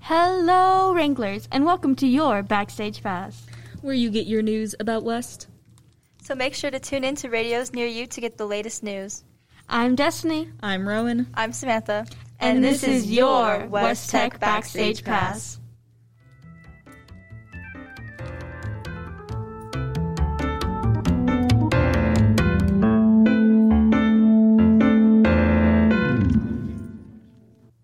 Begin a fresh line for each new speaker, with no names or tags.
Hello, Wranglers, and welcome to your Backstage Pass.
where you get your news about West.
So make sure to tune in to radios near you to get the latest news.
I'm Destiny,
I'm Rowan.
I'm Samantha.
and, this, is your West Tech Backstage Pass.